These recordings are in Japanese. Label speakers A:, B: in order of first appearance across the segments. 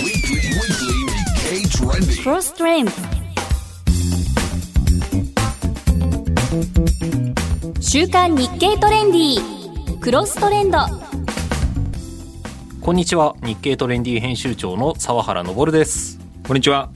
A: Weekly K Trending.
B: Cross Trend 週刊日経トレンディクロストレンド
C: こんにちは日経トレンディ編集長の沢原昇です
D: こんにちは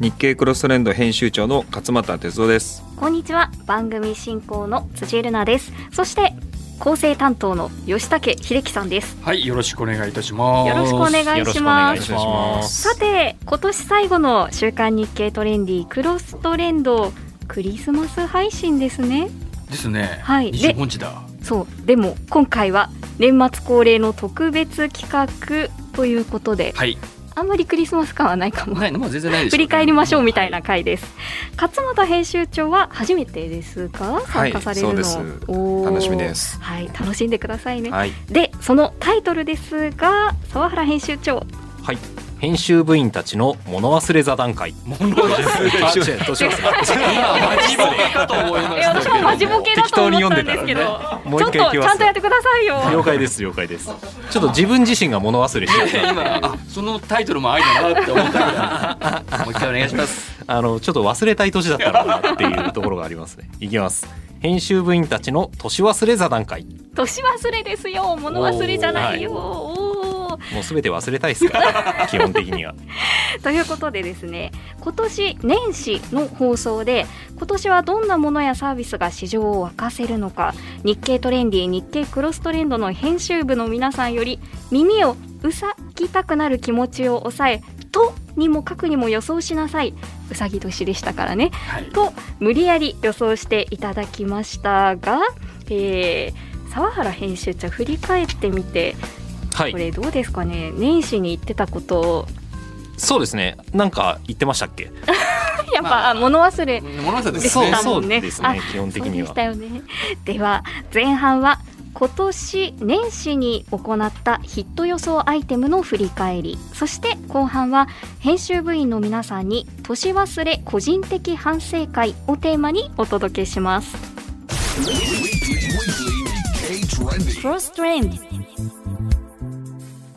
D: 日経クロストレンド編集長の勝俣哲夫です
E: こんにちは番組進行の辻るなですそして構成担当の吉武秀樹さんです
F: はい、よろしくお願いいたします。
E: よろしくお願いします
C: よろくお願いします
E: さて今年最後の週刊日経トレンディクロストレンドクリスマス配信ですね
F: ですね。
E: はい
F: 25日だ。
E: そうでも今回は年末恒例の特別企画ということで
F: はい。
E: あんまりクリスマス感はないかも
F: ないのまあ全然ないです、
E: 振り返りましょうみたいな
F: は
E: 回です、勝俣編集長は初めてですか
D: はい
E: 参加されるの、
D: そうです
E: おー
D: 楽しみです
E: はい楽しんでくださいね、
D: はい
E: でそのタイトルですが沢原編集長
C: はい編集部員たちの物忘れ座談会
F: 物忘れ
C: あ違うどうします
F: 今マジボケかと思いま
E: い
F: し
E: や
F: たけ
E: 私
F: ど
E: もマジボケだと思ったんですけど、
C: もう一
E: ちょっ
C: 回
E: とち
C: 行きま
E: ゃん
C: す
E: とやってくださいよ
C: 了解です了解ですちょっと自分自身が物忘れしてた
F: 今あそのタイトルもありだなって思ったからもう一回お願いします
C: あのちょっと忘れたい年だったのかなっていうところがありますねいきます編集部員たちの年忘れ座談会
E: 年忘れですよ物忘れじゃないよ
C: お
E: おー
C: もうすべて忘れたいですから基本的には
E: ということでですね今年年始の放送で今年はどんなものやサービスが市場を沸かせるのか日経トレンディ日経クロストレンドの編集部の皆さんより耳をうさぎたくなる気持ちを抑えとにもかくにも予想しなさいうさぎ年でしたからね
F: はい
E: と無理やり予想していただきましたが、えー、沢原編集長振り返ってみて
C: はい
E: これどうですかね、年始に言ってたことを
C: そうですねなんか言ってましたっけ
E: やっぱ、
F: まあ
E: 物忘れ
F: 物忘れで
E: ですし
C: そう
F: ね
E: たも
C: そ
E: ん
C: う
E: ね
C: ですね基本的に
E: そ
C: は
E: うでしたよねでは前半は今年年始に行ったヒット予想アイテムの振り返りそして後半は編集部員の皆さんに「年忘れ個人的反省会」をテーマにお届けします
A: Weekly, weekly K Trending.
B: クロストレンド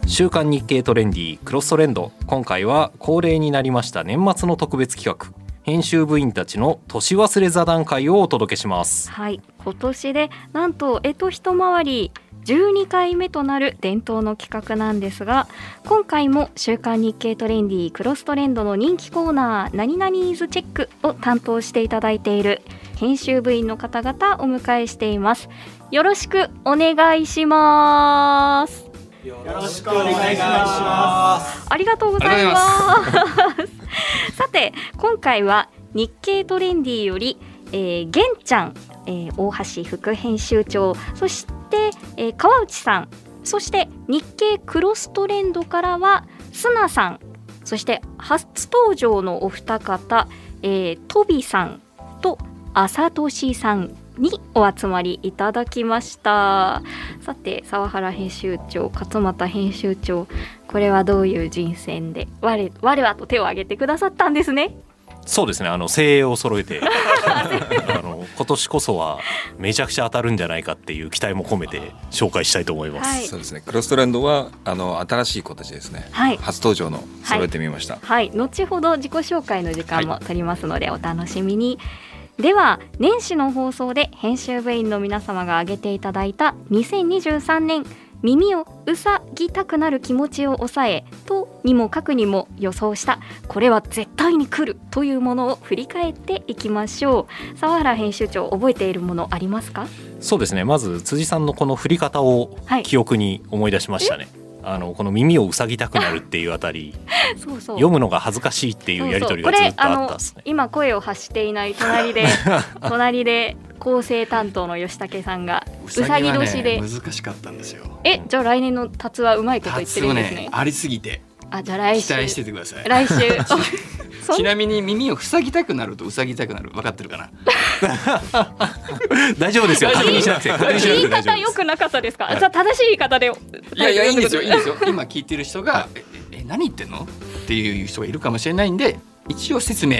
C: 週刊日経トレンディクロストレンド今回は恒例になりました年末の特別企画編集部員たちの年忘れ座談会をお届けします
E: はい今年でなんとえと一回り12回目となる伝統の企画なんですが今回も「週刊日経トレンディクロストレンド」の人気コーナー「何々イズチェック」を担当していただいている編集部員の方々お迎えしていますよろしくお願いしますよろしくお願いしますありがとうございますさて今回は日経トレンディよりえー、げんちゃん、えー大橋副編集長そして、えー川内さんそして日経クロストレンドからはすなさんそして初登場のお二方、えー、トビさんとあさとしさんにお集まりいただきましたさて沢原編集長勝俣編集長これはどういう人選で我我はと手を挙げてくださったんですね
C: そうですねあの精鋭を揃えて あの今年こそはめちゃくちゃ当たるんじゃないかっていう期待も込めて紹介したいと思います、
E: はい
D: そうですねクロストレンドはあの新しい子たちですね、
E: はい
D: 初登場の揃えてみました、
E: はい、後ほど自己紹介の時間も取りますのでお楽しみに、では年始の放送で編集部員の皆様が挙げていただいた2023年耳をうさぎたくなる気持ちを抑えとにもかくにも予想したこれは絶対に来るというものを振り返っていきましょう沢原編集長覚えているものありますか
C: そうですねまず辻さんのこの振り方を
E: はい
C: 記憶に思い出しましたね、あのこの耳を塞ぎたくなるっていうあたり
E: そうそう
C: 読むのが恥ずかしいっていうやりとりがずっとあったですね
E: これあの今声を発していない隣で隣で構成担当の吉武さんがうさぎ
F: はね
E: 年で、
F: 難しかったんですよ
E: えじゃあ来年の達はうまいこと言って
F: 発
E: る
F: 音
E: んですね
F: ねありすぎて
E: あじゃあ
F: 期
E: 来週
F: 待しててください
E: 来週そ
F: ち
E: ん
F: なみに耳を塞ぎたくなるとうさぎたくなる分かってるかな
C: 大丈夫ですよ確認しなくて確認しなく
E: 言
C: て
E: い
C: 大丈夫
E: 方
C: で
E: 良
C: す
E: くなかったですか、じゃあ正しい言い方で
F: いやいやいいんですよいいんですよ今聞いてる人がえええ何言ってんのっていう人がいるかもしれないんで一応説明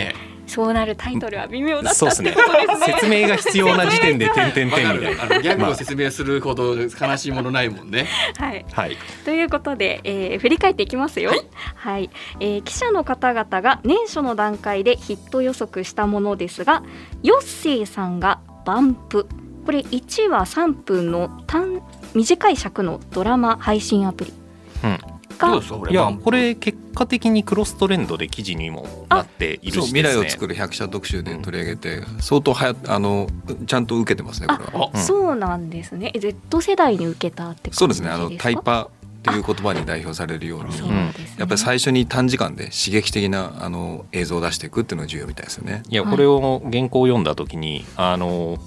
E: そうなるタイトルは微妙だった
C: そう
E: っ
C: で
E: て
C: す
E: ことで
C: ね
E: すね。
C: 説明が必要な時点で点々点み
F: わ
C: た
F: か
C: い
F: る
C: な
F: あのギャグを説明するほど悲しいものないもんね。
E: はい、
C: はい
E: ということで、えー振り返っていきますよ。はい、えー記者の方々が年初の段階でヒット予測したものですが、ヨッセイさんがバンプ。これ1話3分の短短い尺のドラマ配信アプリ
C: うん
E: が、
F: すかこ
C: いやこれ結果的にクロストレンドで記事にもなっている
G: そう
C: し
G: 未
C: で
G: 来
C: す
G: を
C: ね
G: 作る百社特集で取り上げて、相当はやあのちゃんと受けてますねこれは。
F: あ
C: うん
E: そうなんですね。え Z 世代に受けたって感じですか
G: そうですねあのタイパという言葉に代表されるように、
E: そう
C: うん
E: ですね
G: やっぱり最初に短時間で刺激的なあの映像を出していくっていうのが重要みたいですよね。
C: いや
E: はい
C: これを原稿を読んだ時にあの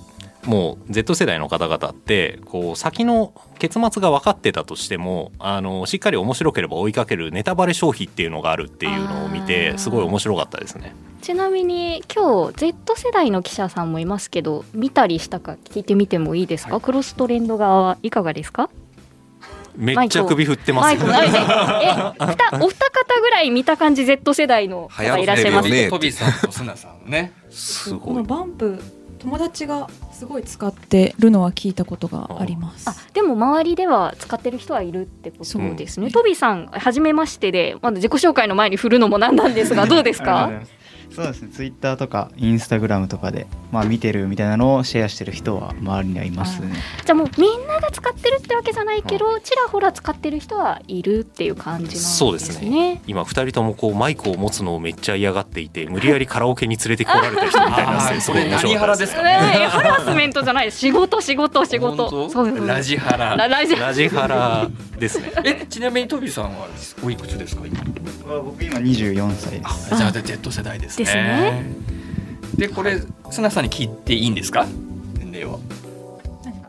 C: もう Z 世代の方々ってこう先の結末が分かってたとしてもあのしっかり面白ければ追いかけるネタバレ消費っていうのがあるっていうのを見
E: あー
C: てすごい面白かったですね。
E: ちなみに今日 Z 世代の記者さんもいますけど見たりしたか聞いてみてもいいですか、クロストレンド側はいかがですか
C: めっちゃ首振ってま
E: マ
C: す
E: イクないねえふたお二方ぐらい見た感じ Z 世代の方いらっしゃいま
G: 流行っ
E: す
G: てるよね
F: トビーさんとスナさんね。
C: す
H: こ
C: ご
H: の
C: い。
H: バンプ友達がすごい使ってるのは聞いたことがあります。
E: あでも周りでは使ってる人はいるってこと
H: そう
E: ですね、トビーさん初めましてでまだ自己紹介の前に振るのもなんなんですがどうです
I: あり
E: か
I: がとうございますそうですねツイッターとかインスタグラムとかで、まあ、見てるみたいなのをシェアしてる人は周りにはいますね
E: じゃあもうみんなが使ってるってわけじゃないけどちらほら使ってる人はいるっていう感じなんですね
C: そうですね今2人ともこうマイクを持つのをめっちゃ嫌がっていて無理やりカラオケに連れてこられた人 みたいな
F: あ
C: ん
F: あ、
C: です
F: そ
C: ごい
F: れ
C: 面白
F: 何
C: か
F: ハ
C: ったでね
F: ラですすか
E: ね
F: ね。
E: えハラスメントじゃないです仕事仕事仕事
F: 本当
E: そうそうそう
F: ラジハ
E: ラ
F: ラ。
E: ラジ
C: ラジハラですね。
F: え、ちなみにトビーさんはおいくつですか。今
I: 僕今24歳です
F: じゃあ Z 世代ですね。
E: ですね
F: でこれスナさんに聞いていいんですか。年齢は。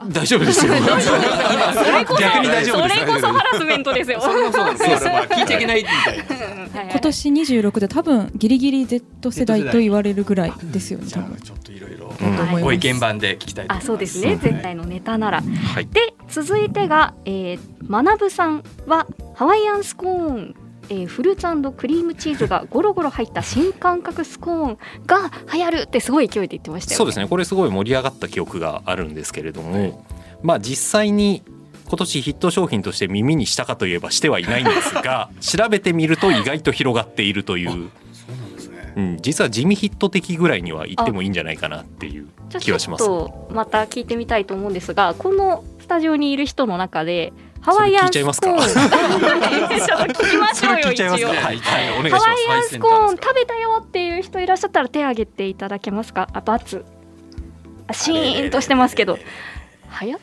C: 大丈夫 ですよ。
E: それこそ
C: 逆に大丈夫です
E: それこそハラスメントですようん
F: そうなんですよ。それは聞いちゃいけないみたいな。
E: はい
H: 今年26で多分ギリギリ Z 世代と言われるぐらいですよね
F: じ
H: 多
F: ゃ
H: 分
F: あちょっといろいろ
C: うん
H: と思います
F: ご意見番で聞きたいと思い
E: あ
F: ます。
E: そうですね全体のネタなら、
C: はい
E: で続いてが、えー、まなぶさんはハワイアンスコーン、えーフルーツクリームチーズがゴロゴロ入った新感覚スコーンが流行るってすごい勢いで言ってましたよね
C: そうですねこれすごい盛り上がった記憶があるんですけれども、まあ実際に今年ヒット商品として耳にしたかといえばしてはいないんです が調べてみると意外と広がっているという、
F: そうなんですね。
C: うん、実は地味ヒット的ぐらいには言ってもいいんじゃないかなっていう
E: じゃあ
C: 気はします
E: ちょっとまた聞いてみたいと思うんですがこのスタジオにいる人の中でハワイアンスコーンち
C: それ聞いち
E: ょっと聞きましょうよ
C: それ聞いちゃいます
E: 一応
C: か
F: はいはいお願いし
E: ハ
F: ます。
E: ワイアンスコーン食べたよっていう人いらっしゃったら手挙げていただけますかあバツあシーンとしてますけど流行っ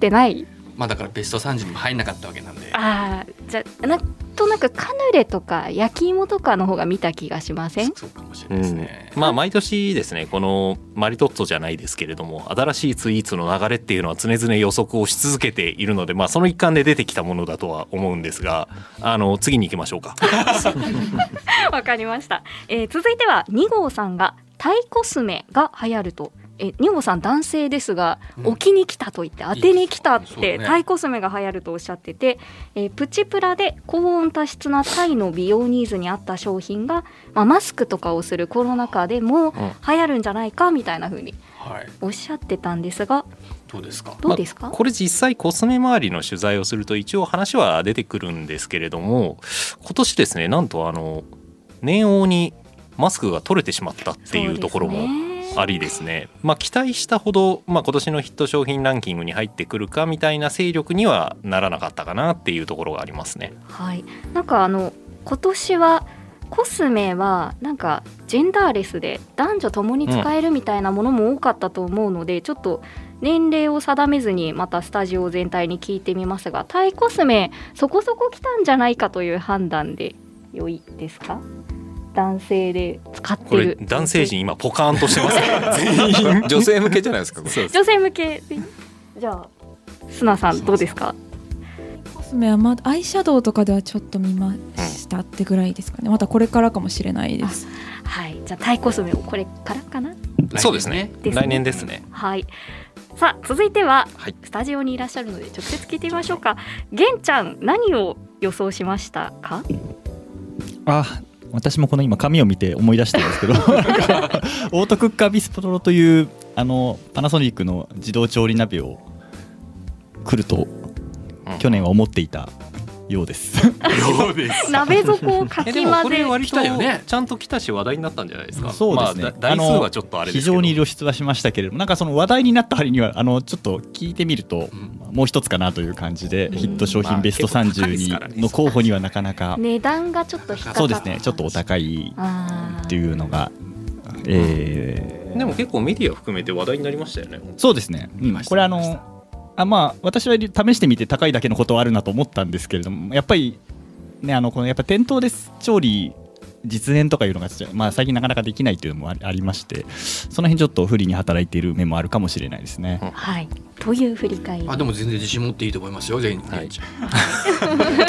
E: てない
F: まあだからベスト30にも入んなかったわけなんで。
E: あーじゃあなんとなくカヌレとか焼き芋とかの方が見た気がしません
F: そうかもしれ
C: う
F: ないです
C: ん
F: ね。
C: まあ毎年ですねこのマリトッツォじゃないですけれども新しいスイーツの流れっていうのは常々予測をし続けているのでまあその一環で出てきたものだとは思うんですがあの次に行きましょうか。
E: わかりました、えー続いては2号さんがタイコスメが流行るとえ2号さん男性ですが、
F: うん
E: 置きに来たと言って当てに来たっ
F: そうで
E: て
F: すね
E: タイコスメが流行るとおっしゃってて、えープチプラで高温多湿なタイの美容ニーズに合った商品が、まあ、マスクとかをするコロナ禍でも流行るんじゃないかみたいな風に
F: はい。
E: おっしゃってたんですが
F: どうですか。
E: どうですか、
C: まあこれ実際コスメ周りの取材をすると一応話は出てくるんですけれども今年ですねなんとあの念王にマスクが取れてしまったっていうところもありですねまあ、期待したほど、まあ、今年のヒット商品ランキングに入ってくるかみたいな勢力にはならなかったかなっていうところがありますね。
E: はい、なんかあの今年はコスメはなんかジェンダーレスで男女ともに使えるみたいなものも多かったと思うので、ちょっと年齢を定めずにまたスタジオ全体に聞いてみますがタイコスメそこそこ来たんじゃないかという判断で良いですか男性で使って
C: これ
E: る
C: 男性陣今ポカーンとしてますね
G: 女性向けじゃないですかこれ
E: 女性向けでじゃあ砂さんどうですか
H: コスメはまだアイシャドウとかではちょっと見ましたってぐらいですかねまたこれからかもしれないです
E: はいじゃあタイコスメをこれからかな
C: そうですね
E: ですね
C: 来年ですね。
E: はい。さあ続いては、
C: はい
E: スタジオにいらっしゃるので直接聞いてみま しょうか。げんちゃん何を予想しましたか？
I: あ
J: 私もこの今紙を見て思い出したんで すけどなんかオートクッカービストロというあのパナソニックの自動調理鍋を来ると去年は思っていたようです。
E: 鍋底をか
C: え
E: き
C: でも
E: 混
C: これ
E: ぜ
C: 割と
F: 来たよね
C: ちゃんと来たし話題になったんじゃないですか
J: そうですね
C: まあ、だ台数はちょっとあれで
J: 非
C: すけど
J: 常に露出はしましたけれどもなんかその話題になった割にはあのちょっと聞いてみると、もう一つかなという感じで、ヒット商
C: まあ
J: 品ベスト
C: 結構高いですから
J: 30
C: ね
J: にの候補にはなかなか、
E: 値段がちょっと引っかかった
J: そうですねちょっとお高い
E: あ
J: っていうのが、えー
C: でも結構メディア含めて話題になりましたよね
J: そうですね、うんこれあのあまあ私は試してみて高いだけのことはあるなと思ったんですけれどもやっぱりねあのこのやっぱ店頭です調理実演とかいうのがちょっと、まあ、最近なかなかできないというのもありありましてその辺ちょっと不利に働いている面もあるかもしれないですね。
E: ーはいという振り返り
F: あでも全然自信持っていいと思いますよ全員、はい、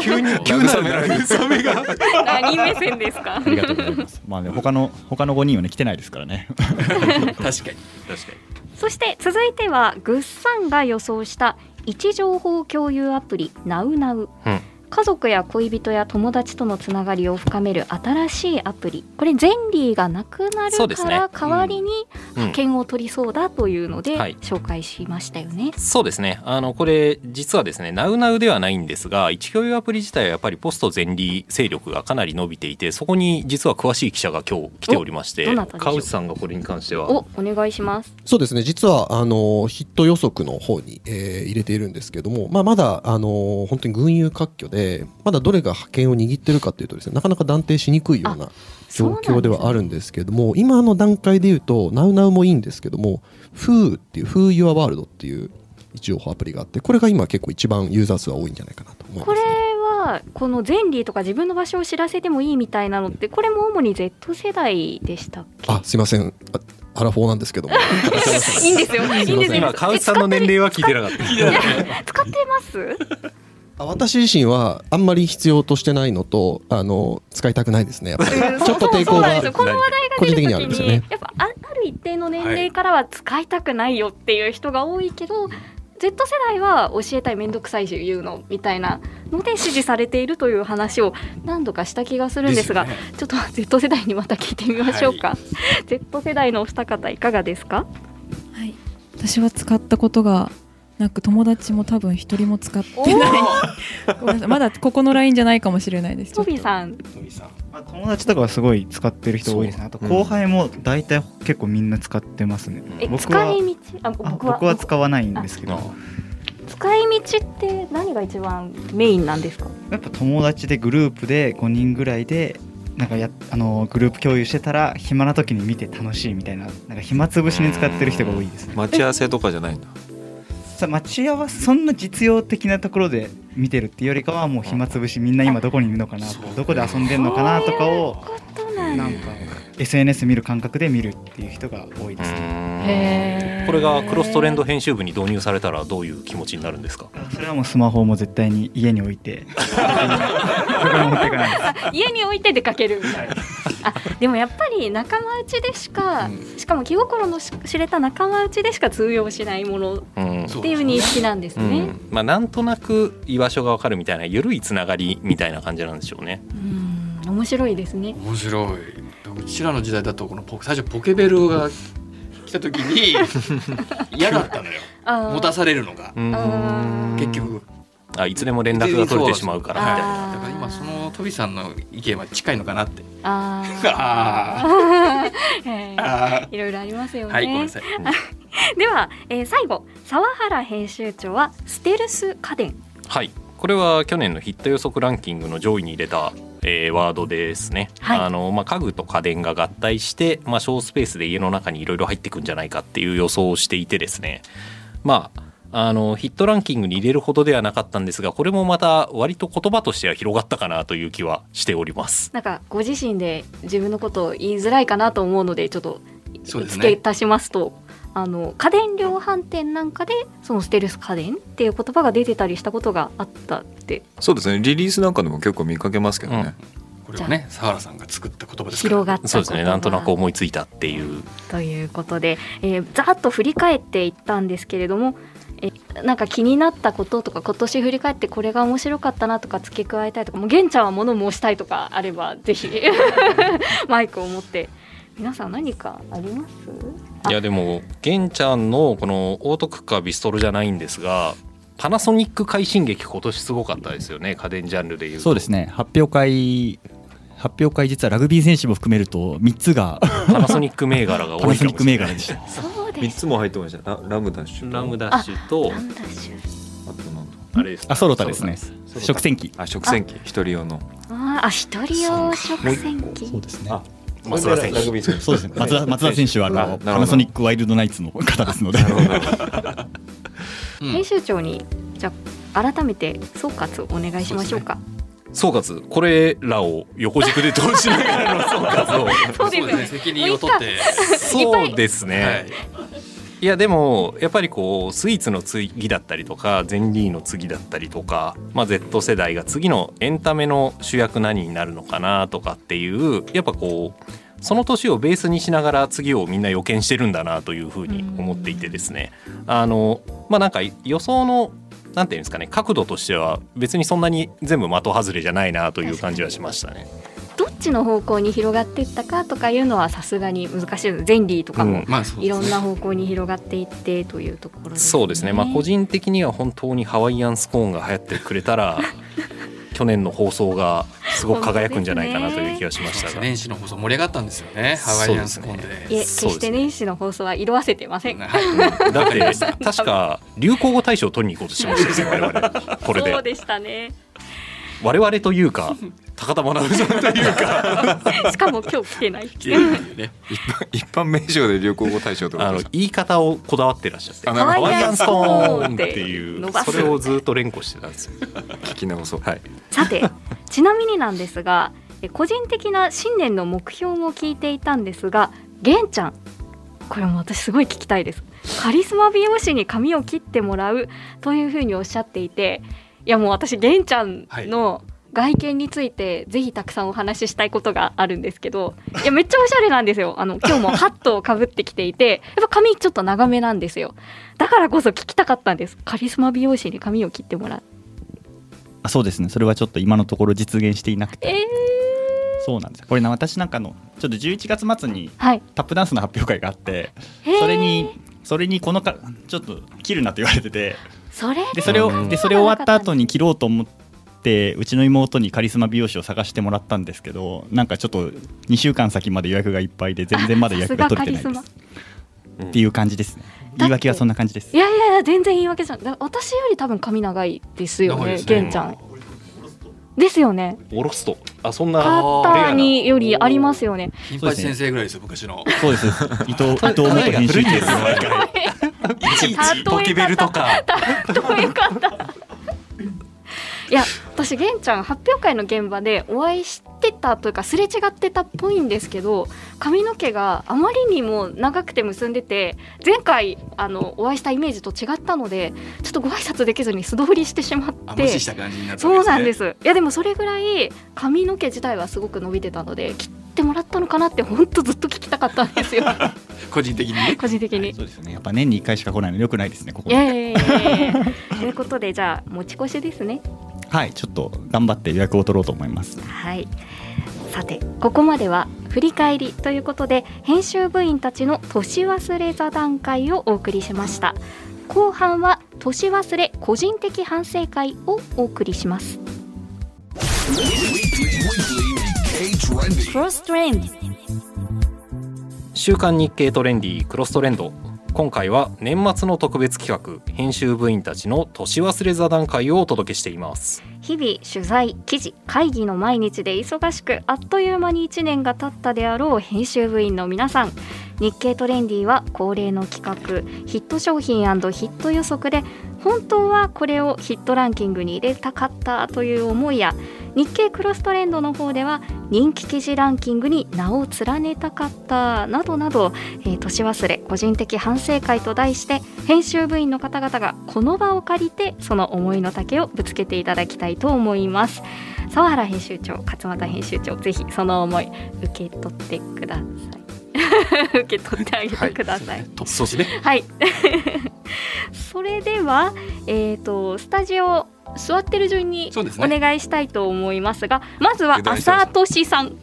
C: 急に急な 慰めが
E: 何目線ですか
J: ありがとうございます。 まあね、他の他の5人はね来てないですからね。
F: 確かに
C: 確かに
E: そして続いてはぐっさんが予想した位置情報共有アプリナウナウ
C: うん
E: 家族や恋人や友達とのつながりを深める新しいアプリこれゼンリーがなくな
C: そう
E: る
C: で
E: か
C: すねう
E: ら
C: ん
E: 代わりに
C: うん
E: 派遣を取りそうだというので
C: はい
E: 紹介しましたよね。
C: そうですねあのこれ実はですねナウナウではないんですが一共有アプリ自体はやっぱりポスト前理勢力がかなり伸びていてそこに実は詳しい記者が今日来ておりまして
E: おどなたでしょう
C: 川内さんがこれに関しては
E: おお願いします。
K: そうですね実はあのヒット予測の方に、えー入れているんですけども、まあ、まだあの本当に群雄割拠でまだどれが覇権を握ってるかというとですねなかなか断定しにくいような状況ではあるんですけども、今の段階で言うとナウナウもいいんですけども Foo っていう Foo Your World っていう位置情報アプリがあってこれが今結構一番ユーザー数は多いんじゃないかなと思います
E: これはこのゼンリーとか自分の場所を知らせてもいいみたいなのってこれも主に Z 世代でしたっ
K: あすいませんあアラフォーなんですけ ども
E: け いいんですよいいんですよ
C: 今川内さんの年齢は聞いてなかった
E: 使ってます
K: あ私自身はあんまり必要としてないのとあの使いたくないですねやっぱり
E: うん
K: ちょっと抵
E: そ
K: 抗
E: うそうそうなん
K: が
E: ですよこの話題が
K: 個
E: 出
K: 人的にはあ
E: る
K: るんで
E: と
K: す
E: きに
K: よね
E: やっぱあある一定の年齢からは使いたくないよっていう人が多いけど、Z 世代は教えたい面倒くさいし言うのみたいなので支持されているという話を何度かした気がするんですが
F: です
E: ちょっと Z 世代にまた聞いてみましょうか、Z 世代のお二方いかがですか
H: はい、私は使ったことがなく友達も多分一人も使ってないごめんなさいまだここのラインじゃないかもしれないですちょ
E: ト
H: っと
E: ビーさん
I: まあ友達とかはすごい使ってる人多いですねあと後輩も大体結構みんな使ってますね、
E: え
I: 僕
E: 使
I: はい
E: 道あ
I: あ
E: 僕は
I: 僕は使わないんですけど
E: 使い道って何が一番メインなんですか
I: やっぱ友達でグループで5人ぐらいでなんかやあのグループ共有してたら暇な時に見て楽しいみたいななんか暇つぶしに使ってる人が多いですね
G: 待ち合わせとかじゃないんだ。
I: さ待ち合わせそんな実用的なところで見てるっていうよりかはもう暇つぶしみんな今どこにいるのかなとかどこで遊んでるのかなとかをなんか SNS 見る感覚で見るっていう人が多いですね
C: これがクロストレンド編集部に導入されたらどういう気持ちになるんですか
I: それはもうスマホも絶対に家に置いてどこに持ってかないです
E: 家に置いて出かけるみた いな。あでもやっぱり仲間内でしか、しかも気心の知れた仲間内でしか通用しないものっ
C: うん
E: ていう認識なんです
C: う
E: ね。
C: んまあ、なんとなく居場所がわかるみたいな緩いつながりみたいな感じなんでしょうね。
E: うん面白いですね。
F: 面白いうちらの時代だとこのポ最初ポケベルが来た時 に嫌だったのよ
E: あー
F: 持たされるのが
E: あ
F: 結局
C: あいつでも連絡が取れてしまうからみたいな。
E: あー
F: だから今そのトビさんの意見は近いのかなって
E: あ
F: あ
E: ー、
F: ー
E: えー
F: あ
E: いろいろありますよ
F: ー
E: ね。
F: はいごめんなさい
E: では、えー最後沢原編集長はステルス家電。
C: はい、これは去年のヒット予測ランキングの上位に入れた、えーワードですね、
E: はい
C: あのまあ、家具と家電が合体して、まあ、小スペースで家の中にいろいろ入ってくんじゃないかっていう予想をしていてですねまああのヒットランキングに入れるほどではなかったんですがこれもまた割と言葉としては広がったかなという気はしております。
E: なんかご自身で自分のことを言いづらいかなと思うのでちょっと
F: そうです
E: 付
F: ね
E: け足しますとあの家電量販店なんかでそのステルス家電っていう言葉が出てたりしたことがあったって
G: そうですね。リリースなんかでも結構見かけますけどね。
F: これはね沢原さんが作った言葉ですから
E: 広がった
C: そうですね
E: 言葉
C: なんとなく思いついたっていう
E: ということで、えーざーっと振り返っていったんですけれども、えなんか気になったこととか今年振り返ってこれが面白かったなとか付け加えたいとかもう玄ちゃんは物申したいとかあればぜひ マイクを持って皆さん何かあります
C: いやでも玄ちゃんのこのオートクッカービストロじゃないんですがパナソニック快進撃今年すごかったですよね家電ジャンルでいうと
J: そうですね発表会発表会実はラグビー選手も含めると3つが
C: パナソニック銘柄が多い
J: パ
C: かも
J: ナ
C: し
J: ソ
C: れな
J: ニ
C: い
J: ック銘柄でした
D: 三つも入ってました。ララムダッシュ。
C: ラムダッシュと
E: なんだし
C: あれです
J: あソロタですね食洗機
D: あ食洗機一人用の。
E: あーあ一人用食洗機
J: そうですね
D: あ
J: 松田選手そうですね松田松田選手はあのパナソニックワイルドナイツの方ですので
E: 編集長にじゃあ改めて総括お願いしましょうか
C: 総括これらを横軸で通しながらの総 括を
E: そうですよね
F: 責任を取って
E: いっぱい
C: そうですね、い、やでもやっぱりこうスイーツの次だったりとかゼンリーの次だったりとか、まあ、Z 世代が次のエンタメの主役何になるのかなとかっていうやっぱこうその年をベースにしながら次をみんな予見してるんだなというふうに思っていてですねあのまあなんか予想のなんていうんですかね角度としては別にそんなに全部的外れじゃないなという感じはしましたね。
E: どっちの方向に広がっていったかとかいうのはさすがに難しいのゼンリーとか
C: う
E: も
C: んまあそうですね
E: いろんな方向に広がっていってというところです
C: そうですね、まあ、個人的には本当にハワイアンスコーンが流行ってくれた ら去年の放送がすごく輝くんじゃないかなという気がしましたが、
F: 年始の放送盛り上がったんですよねハワイアンスコーンで
E: いえ決して年始の放送は色あせてません、
C: だ って確か流行語大賞を取りに行こうとしてましたよね我々これ
E: そう
C: で
E: でしたね
C: 我々というか高田学さんというか
E: しかも今日来てない
C: 一般名称で流行語大賞とあの言い方をこだわってらっしゃって
E: あなるほ
C: ハ
E: ど
C: ワイアンスコーンっ
E: ハワイアンスコーンって
C: ていう
E: 伸ばす
C: それをずっと連呼してたんですよ聞き直そうはい
E: さて ちなみになんですがえ個人的な新年の目標も聞いていたんですが玄ちゃんこれも私すごい聞きたいですカリスマ美容師に髪を切ってもらうというふうにおっしゃっていていやもう私玄ちゃんの外見についてぜひたくさんお話ししたいことがあるんですけどいやめっちゃおしゃれなんですよあの今日もハットをかぶってきていてやっぱ髪ちょっと長めなんですよだからこそ聞きたかったんですカリスマ美容師に髪を切ってもらう
J: あそうですねそれはちょっと今のところ実現していなくて
E: えー
J: そうなんですこれな私なんかのちょっと11月末に
E: はい
J: タップダンスの発表会があってそれにそれにこのかちょっと切るなって言われてて
E: それ
J: でそれをでそれ終わった後に切ろうと思ってうちの妹にカリスマ美容師を探してもらったんですけどなんかちょっと2週間先まで予約がいっぱいで全然まだ予約が取れてないですっていう感じですね言い訳はそんな感じです
E: いやいやいや全然言い訳じゃんだ私より多分髪長いですよ
C: 長い
E: ね
C: ですね
E: 玄、ちゃんですよね
C: おろすとあそんな
E: パッターによりありますよね
F: 金八先生ぐらいですよ昔の
J: そうです伊藤伊藤元編集長です
E: ポケベルと
C: か
E: いや私玄ちゃん発表会の現場でお会いしてたというかすれ違ってたっぽいんですけど髪の毛があまりにも長くて結んでて前回あのお会いしたイメージと違ったのでちょっとご挨拶できずに素通りしてしまって
F: あ無視した感じになったわ
E: そ
F: け
E: うなんで
F: ね
E: すいやでもそれぐらい髪の毛自体はすごく伸びてたので切ってもらったのかなって本当ずっと聞きたかったんです よ
J: 個人的にね
E: 個人的に。
J: やっぱ年に1回しか来ないのよくないですねここ
E: いやいやいやいやということでじゃあ持ち越しですね
J: はいちょっと頑張って予約を取ろうと思います
E: はいさてここまでは振り返りということで編集部員たちの年忘れ座談会をお送りしました後半は年忘れ個人的反省会をお送りします
A: K Trendy.
B: Cross Trend
C: 週刊日経トレンディクロストレンド今回は年末の特別企画編集部員たちの年忘れ座談会をお届けしています
E: 日々取材記事会議の毎日で忙しくあっという間に1年が経ったであろう編集部員の皆さん日経トレンディは恒例の企画ヒット商品ヒット予測で本当はこれをヒットランキングに入れたかったという思いや日経クロストレンドの方では人気記事ランキングに名を連ねたかったなどなど、えー年忘れ個人的反省会と題して編集部員の方々がこの場を借りてその思いの丈をぶつけていただきたいと思います沢原編集長勝俣編集長ぜひその思い受け取ってください 受け取ってあげてください。はい、
F: トップそうですね。
E: はい それでは、えーと、スタジオ座ってる順に
F: そうです
E: お
F: ね
E: 願いしたいと思いますが、まずは
F: 油断してま
E: 浅
F: した
E: 俊さん、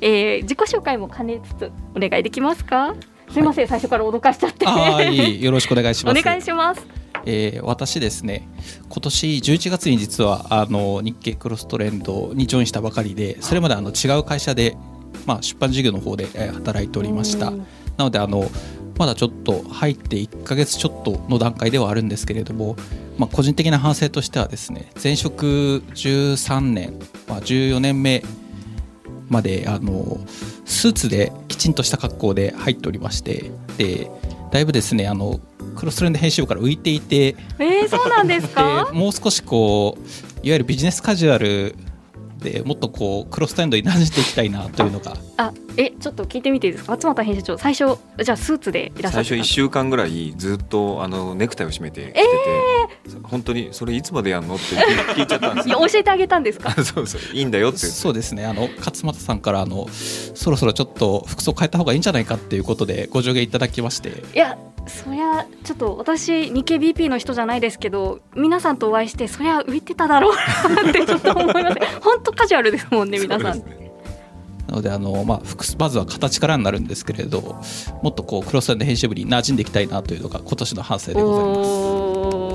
E: えー、自己紹介も兼ねつつお願いできますか。すいません、最初から脅かしちゃって。
L: あーいいよろしくお願いし
E: お
L: ます。
E: 願いします。
L: えー私ですね今年11月に実はあの日経クロストレンドにジョインしたばかりでそれまであの違う会社で、まあ、出版事業の方でえー働いておりましたなのであのまだちょっと入って1ヶ月ちょっとの段階ではあるんですけれども、まあ、個人的な反省としてはですね前職13年、まあ、14年目まであのスーツできちんとした格好で入っておりましてでだいぶですねあのクロストレンド編集部から浮いていて
E: えー、そうなんです か。
L: もう少しこういわゆるビジネスカジュアルでもっとこうクロストレンドに馴染んでいきたいなというのが
E: あ、え、ちょっと聞いてみていいですか。松本編集長、最初、じゃあスーツでいらっし
G: 最
E: ゃっ
G: 初
E: てた
G: 1
E: んです
G: 週間ぐらいずっとあのネクタイを締めてきてて、本当にそれいつまでやんのって聞いちゃったんです
E: いや、
G: よ
E: 教えてあげたんですか。
G: そうそういいんだよって
L: そうですねあの勝俣さんからあのそろそろちょっと服装変えた方がいいんじゃないかっていうことでご助言いただきまして
E: いやそりゃちょっと私日経 BP の人じゃないですけど皆さんとお会いしてそりゃ浮いてただろうなってちょっと思い ます本当カジュアルですもんね皆さん、
L: なのであの、まあ、服まずは形からになるんですけれどもっとこうクロストレンド編集部に馴染んでいきたいなというのが今年の反省でございます
E: お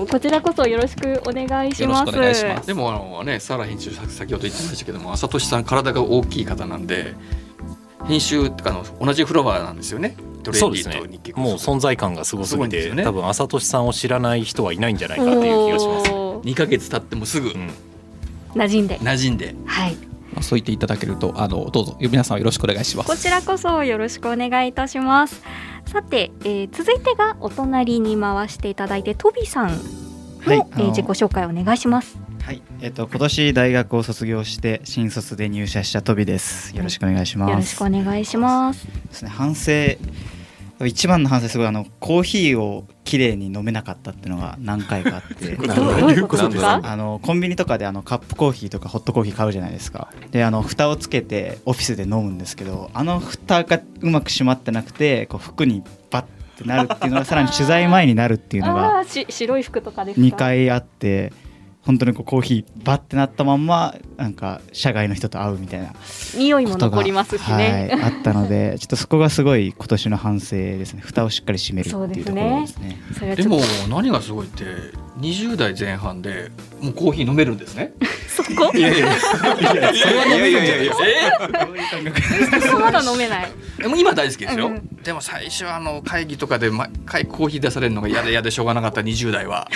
E: ーこちらこそよろしくお願いします
F: でもあのねサラ編集先ほど言ってましたけども朝俊さん体が大きい方なんで編集とかの同じフロアなんですよね。トレ
C: そ
F: ン
C: う
F: デ
C: です
F: ィ
C: ね
F: と日経
C: もう存在感がすごす
F: すごい
C: ぎ
F: んです
C: て
F: よね
C: 多分朝俊さんを知らない人はいないんじゃないかっていう気がします
E: おー
F: 2ヶ月経ってもすぐ
E: 馴染んで
F: 馴染んで
E: はい
L: まあ、そう言っていただけるとあのどうぞ皆さんよろしくお願いしま
E: こ
L: す。
E: ちらこそよろしくお願いいたしますさて、えー続いてがお隣に回していただいてトビさんの、
I: はい
E: えー自己紹介お願いします
I: えっと今年大学を卒業して新卒で入社したトビです。よろしくお願いし
E: よ
I: ま
E: ろし
I: す。
E: くお願いします
I: ですね反省一番の反省すごいあのコーヒーを綺麗に飲めなかったっていうのが何回かあって
E: どどういうことですか
I: あのコンビニとかであのカップコーヒーとかホットコーヒー買うじゃないですかであの蓋をつけてオフィスで飲むんですけどあの蓋がうまく閉まってなくてこう服にバッてなるって いうのがさらに取材前になるっていうのが
E: あーし白い服とかですか
I: 2回あって本当にこうコーヒーバッてなったまんまなんか社外の人と会うみたいな
E: 匂いも
I: ことが
E: 残りますしね、
I: はい、あったの でちょっとそこがすごい今年の反省ですね蓋をしっかり閉める
E: そう
I: っ
E: で
I: ていう
E: す
I: ところ
E: ね
I: ですね
E: それは
F: で
E: ちょ
F: も
E: っと
F: 何がすごいって20代前半でもうコーヒー飲めるんですね。
E: そこ
F: いやいやいやいやいやいやいや。
E: まだ飲めない
F: えもう今大好きですよ、
E: う
F: でも最初はあの会議とかで毎回コーヒー出されるのが嫌で嫌でしょうがなかった20代は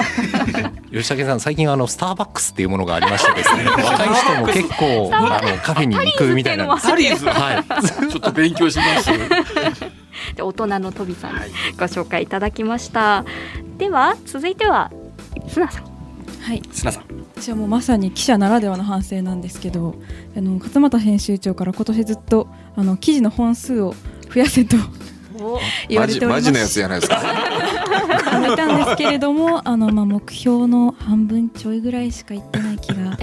C: 吉武さん最近あのスターバックスっていうものがありましてですね若い人も結構あのカフェに行くみたいなんです
E: パリーズっていうのもあ
C: はい
F: ちょっと勉強しました
E: で大人のトビさんにご紹介いただきましたでは続いては砂さん
H: はい
F: 砂さん
H: 私はもうまさに記者ならではの反省なんですけどあの勝俣編集長から今年ずっとあの記事の本数を増やせと 言わ
G: マ
H: れ
G: ジ
H: ておりま
G: マ
H: す
G: ジのやつじゃないですか
H: あのいたんですけれども あの、まあ、目標の半分ちょいぐらいしかいってない気が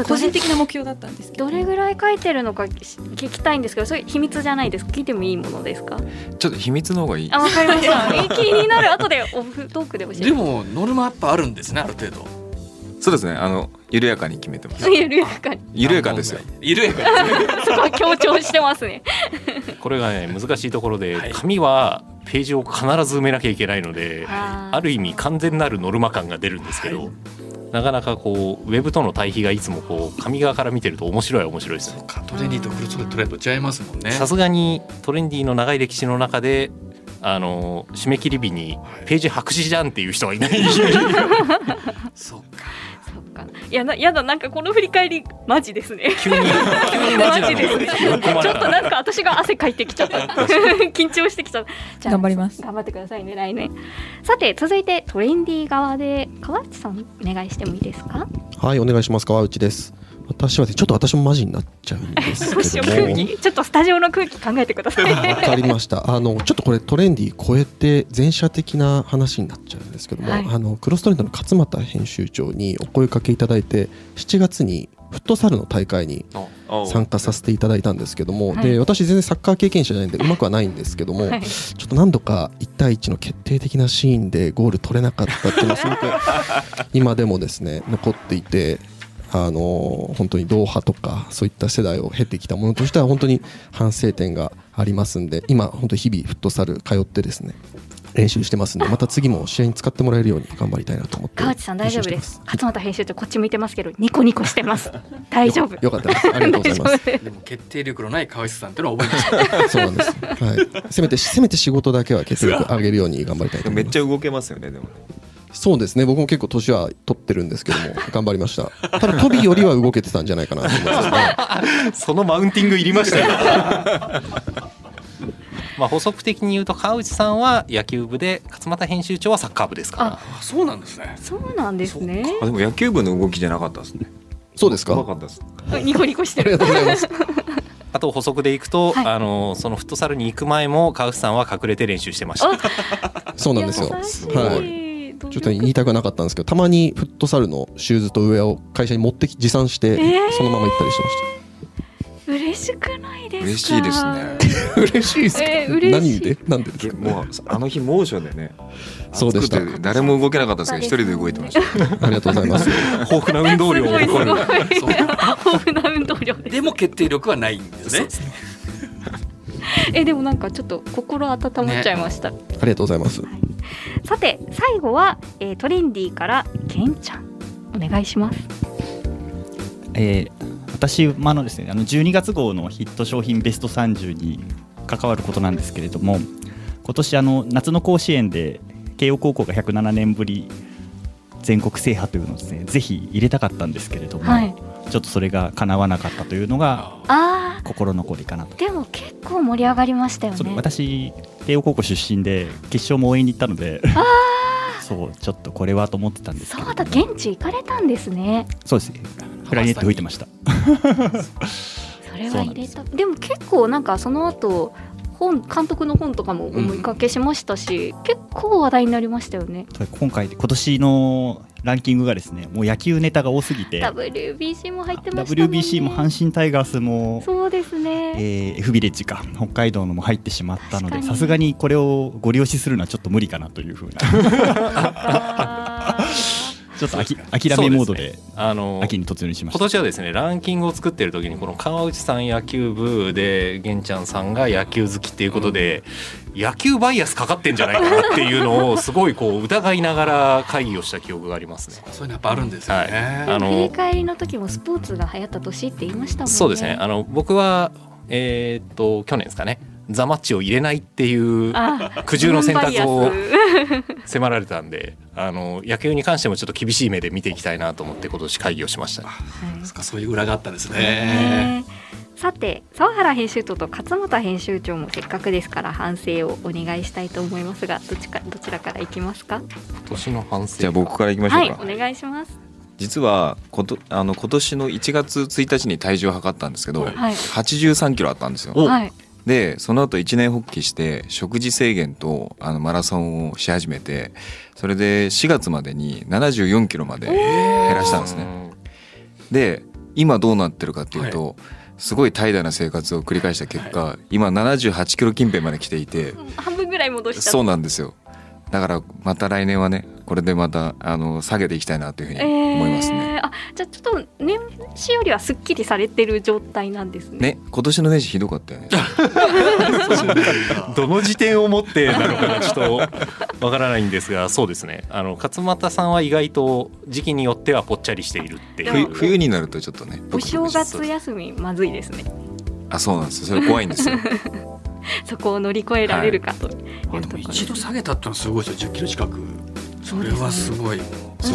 H: あ個人的な目標だったんですけ
E: どどれぐらい書いてるのか聞きたいんですけどそれ秘密じゃないですか聞いてもいいものですか
G: ちょっと秘密の方がいい
E: あわかりましたえ気になる後でオフトークで教えて
F: でもノルマやっぱあるんですねある程度
G: そうですねあの緩やかに決めてます
E: 緩やかに
G: 緩やかですよ
F: 緩やか
E: そこは強調してますね
C: これがね難しいところで、紙はページを必ず埋めなきゃいけないので、
E: あ
C: ある意味完全なるノルマ感が出るんですけど、なかなかこうウェブとの対比がいつもこう紙側から見てると面白いは面白いですね。
F: トレンディーとクロストレンド違いますもんね
C: さすがにトレンディの長い歴史の中であの締め切り日にページ白紙じゃんっていう人はいない
E: いやなやだなんかこの振り返りマジですね
C: 急に
E: マジですね
C: 急にマジなの、
E: ちょっとなんか私が汗かいてきちゃった緊張してきちゃった
H: 頑張ります
E: 頑張ってくださいね来年さて続いてトレンディー側で川内さんお願いしてもいいですか
K: はいお願いします川内です私はですねちょっと私もマジになっちゃうんです
E: どう
K: け
E: しよう
K: ど
E: 空
K: も
E: 気ちょっとスタジオの空気考えてください
K: わかりました。あのちょっとこれトレンディー超えて前者的な話になっちゃうんですけども、
E: はい
K: あのクロストレンドの勝俣編集長にお声かけいただいて7月にフットサルの大会に参加させていただいたんですけども、で私全然サッカー経験者じゃないんでうまくはないんですけども、ちょっと何度か1対1の決定的なシーンでゴール取れなかったっていうのはすご く今でもですね残っていて。あの本当にドーハとかそういった世代を経てきたものとしては本当に反省点がありますんで今本当日々フットサル通ってですね練習してますん でまた次も試合に使ってもらえるように頑張りたいなと思って
E: 川内さん大丈夫です勝俣編集長こっち向いてますけどニコニコしてます大丈夫
K: よかったですありがとうござい ます
F: でも決定力のない川内さんってのは覚えて
K: ま そうなんですはいせめてせめて仕事だけは決定力上げるように頑張りたいと思い
G: ますめっちゃ動けますよねでも
K: そうですね僕も結構年は取ってるんですけども 頑張りました多分飛びよりは動けてたんじゃないかなと思い ます
C: ね、そのマウンティングいりましたよ まあ補足的に言うと川内さんは野球部で勝俣編集長はサッカー部ですから
F: あそうなんですね
E: そうなんですね
G: あでも野球部の動きじゃなかったですね
K: そうですか
G: かったです
E: ニコニコして
K: るありがとうございます
C: あと補足でいくと、はい、あのそのフットサルに行く前も川内さんは隠れて練習してました
K: そうなんですよはいちょっと言いたくなかったんですけどたまにフットサルのシューズとウェアを会社に持ってき持参して、えー、そのまま行ったりしてました
E: 嬉しくないです
G: 嬉しいですね
K: 嬉しいですか、えー、何でなんで
G: もうあの日猛暑でね
K: そうでした
G: 誰も動けなかったですけど一人で動いて ました
K: ありがとうござい ます
C: 豊富な運動量を誇る
E: 豊富な運動量
F: でも決定力はないんですね
E: えでもなんかちょっと心温まっちゃいました、ね、、
K: ありがとうございます、はい
E: さて最後は、えー、トレンディからけんちゃんお願いします
J: えー、私、まあのですね、あの12月号のヒット商品ベスト30に関わることなんですけれども今年あの夏の甲子園で慶応高校が107年ぶり全国制覇というのをですねぜひ入れたかったんですけれども、はい、ちょっとそれが叶わなかったというのが心残りかなと
E: でも結構盛り上がりましたよね
J: 私慶応高校出身で決勝も応援に行ったのでそうちょっとこれはと思ってたんです
E: そうだ現地行かれたんですね
J: そうですねフライネット吹いてました
E: それは入れたでも結構なんかその後本監督の本とかもお見かけしましたし、うん、結構話題になりましたよね
J: 今回今年のランキングがですねもう野球ネタが多すぎて
E: WBC も入ってま
J: したね WBC も阪神タイガースも
E: そうですね、え
J: ー、F ビレッジか北海道のも入ってしまったのでさすがにこれをご利用しするのはちょっと無理かなというふうなちょっとあき諦めモードで、ね、あの秋に突入しました
C: 今年はですねランキングを作ってる時にこの川内さん野球部で源ちゃんさんが野球好きっていうことで、うん、野球バイアスかかってんじゃないかなっていうのをすごいこう疑いながら会議をした記憶がありますね。
F: そういうのやっぱあるんですよね。、
E: はい、あの振り返りの時もスポーツが流行った年って言いましたもんね。
C: そうですね。あの僕はえー、っと去年ですかね。ザマッチを入れないっていう苦渋の選択を迫られたんであの野球に関してもちょっと厳しい目で見ていきたいなと思って今年会議をしました、はい
F: そういう裏があったんですね、
E: さて沢原編集長と勝俣編集長もせっかくですから反省をお願いしたいと思いますがどっちかどちらからいきますか
C: 今年の反省
G: じゃあ僕からいきましょうか、
E: はい、お願いします
G: 実はことあの今年の1月1日に体重を測ったんですけど、はい、83キロあったんですよ、はい、でその後一年発起して食事制限とあのマラソンをし始めてそれで4月までに7 4キロまで減らしたんですね。で今どうなってるかっていうと、はい、すごい怠惰な生活を繰り返した結果、はい、今78キロ近辺まで来ていて
E: 半分ぐらい戻した
G: そうなんですよだからまた来年はねこれでまたあの下げていきたいなというふうに思いますね。
E: えー、あじゃあちょっと年始よりはすっきりされてる状態なんですね。
G: ね今年の年始ひどかったよね。
C: どの時点をもってなのかちょっとわからないんですがそう ですねあの勝俣さんは意外と時期によってはぽっちゃりしているっていう
G: 冬になるとちょっとね
E: お正月休みまずいですね。
G: あそうなんですそれ怖いん ですよ。
E: そこを乗り越えられるかと、はい、
F: あでも一度下げたってのはすごいですよ10キロ近くそれはすごい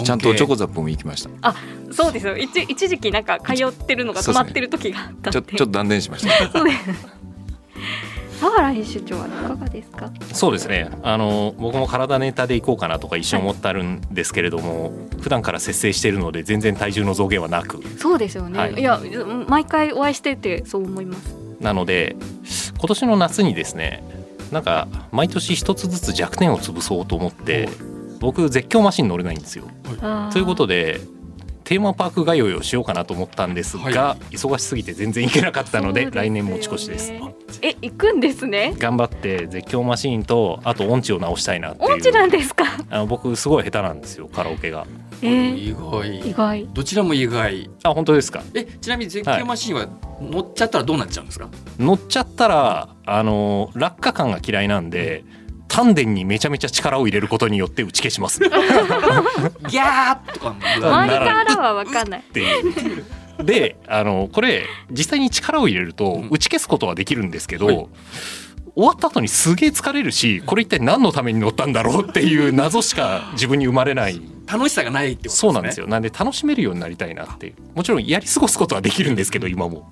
G: ちゃんとチョコザップも行きました
E: あそうですよ一一時期なんか通ってるのが止まってる時があった
G: ちょちょっと断念しました そうです
E: 田原編集長はいかがですか
C: そうですねあの僕も体ネタでいこうかなとか一瞬思ってあるんですけれども、はい、普段から節制しているので全然体重の増減はなく
E: そうですよね、はい、いや毎回お会いしててそう思います
C: なので今年の夏にですねなんか毎年一つずつ弱点を潰そうと思って僕絶叫マシン乗れないんですよ。ということでテーマパーク通いをしようかなと思ったんですが、忙しすぎて全然行けなかったので来年持ち越しです
E: え行くんですね
C: 頑張って絶叫マシーンとあと音痴を直したいなっていう
E: 音痴なんですか
C: あの僕すごい下手なんですよカラオケが
E: えー、
F: 意外
E: 意外
F: どちらも意外
C: あ本当ですか
F: えちなみに絶叫マシンは乗っちゃったらどうなっちゃうんですか、
C: 乗っちゃったらあの落下感が嫌いなんで丹田にめちゃめちゃ力を入れることによって打ち消します
F: ギャーとかも
E: 周りからは分かんない
C: っていう。であのこれ実際に力を入れると打ち消すことはできるんですけど、終わった後にすげえ疲れるしこれ一体何のために乗ったんだろうっていう謎しか自分に生まれない
F: 楽しさがないってことですね
C: そうなんですよなんで楽しめるようになりたいなっていうもちろんやり過ごすことはできるんですけど今も。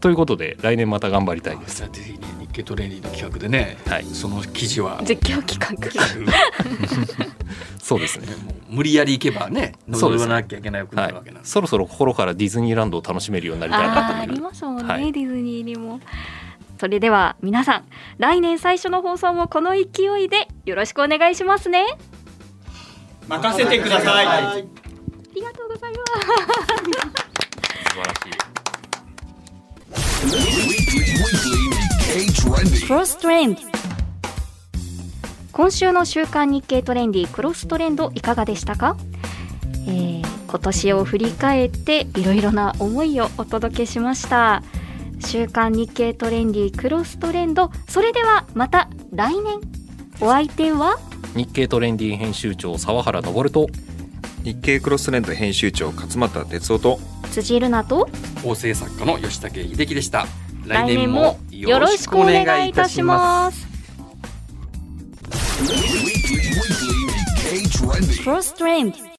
C: ということで来年また頑張りたいです。
F: じゃあぜひね日経トレンディの企画でね、その記事は
E: 絶叫 企画
C: そうですね
F: 無理やり行けばね
C: そう
F: 登
C: です
F: ら
C: ね
F: なきゃいけないくなるわけなん
C: はい、そろそろ心からディズニーランドを楽しめるようになりたいな
E: あー
C: と
E: あ
C: いう
E: りますもんね、
C: はい
E: ディズニーにもそれでは皆さん来年最初の放送もこの勢いでよろしくお願いしますね
J: 任せてください。
E: ありがとうございます
A: Weekly, weekly, Nikkei Trendy.
E: クロストレンド今週の週刊日経トレンディクロストレンドいかがでしたか、えー今年を振り返っていろいろな思いをお届けしました週刊日経トレンディクロストレンドそれではまた来年お相手は
C: 日経トレンディ編集長沢原昇と
D: 日経クロストレンド編集長勝俣哲夫と
E: 辻るなと
F: 法制作家の吉武秀樹でした
E: 来年もよろしくお願いいたしますクロストレンド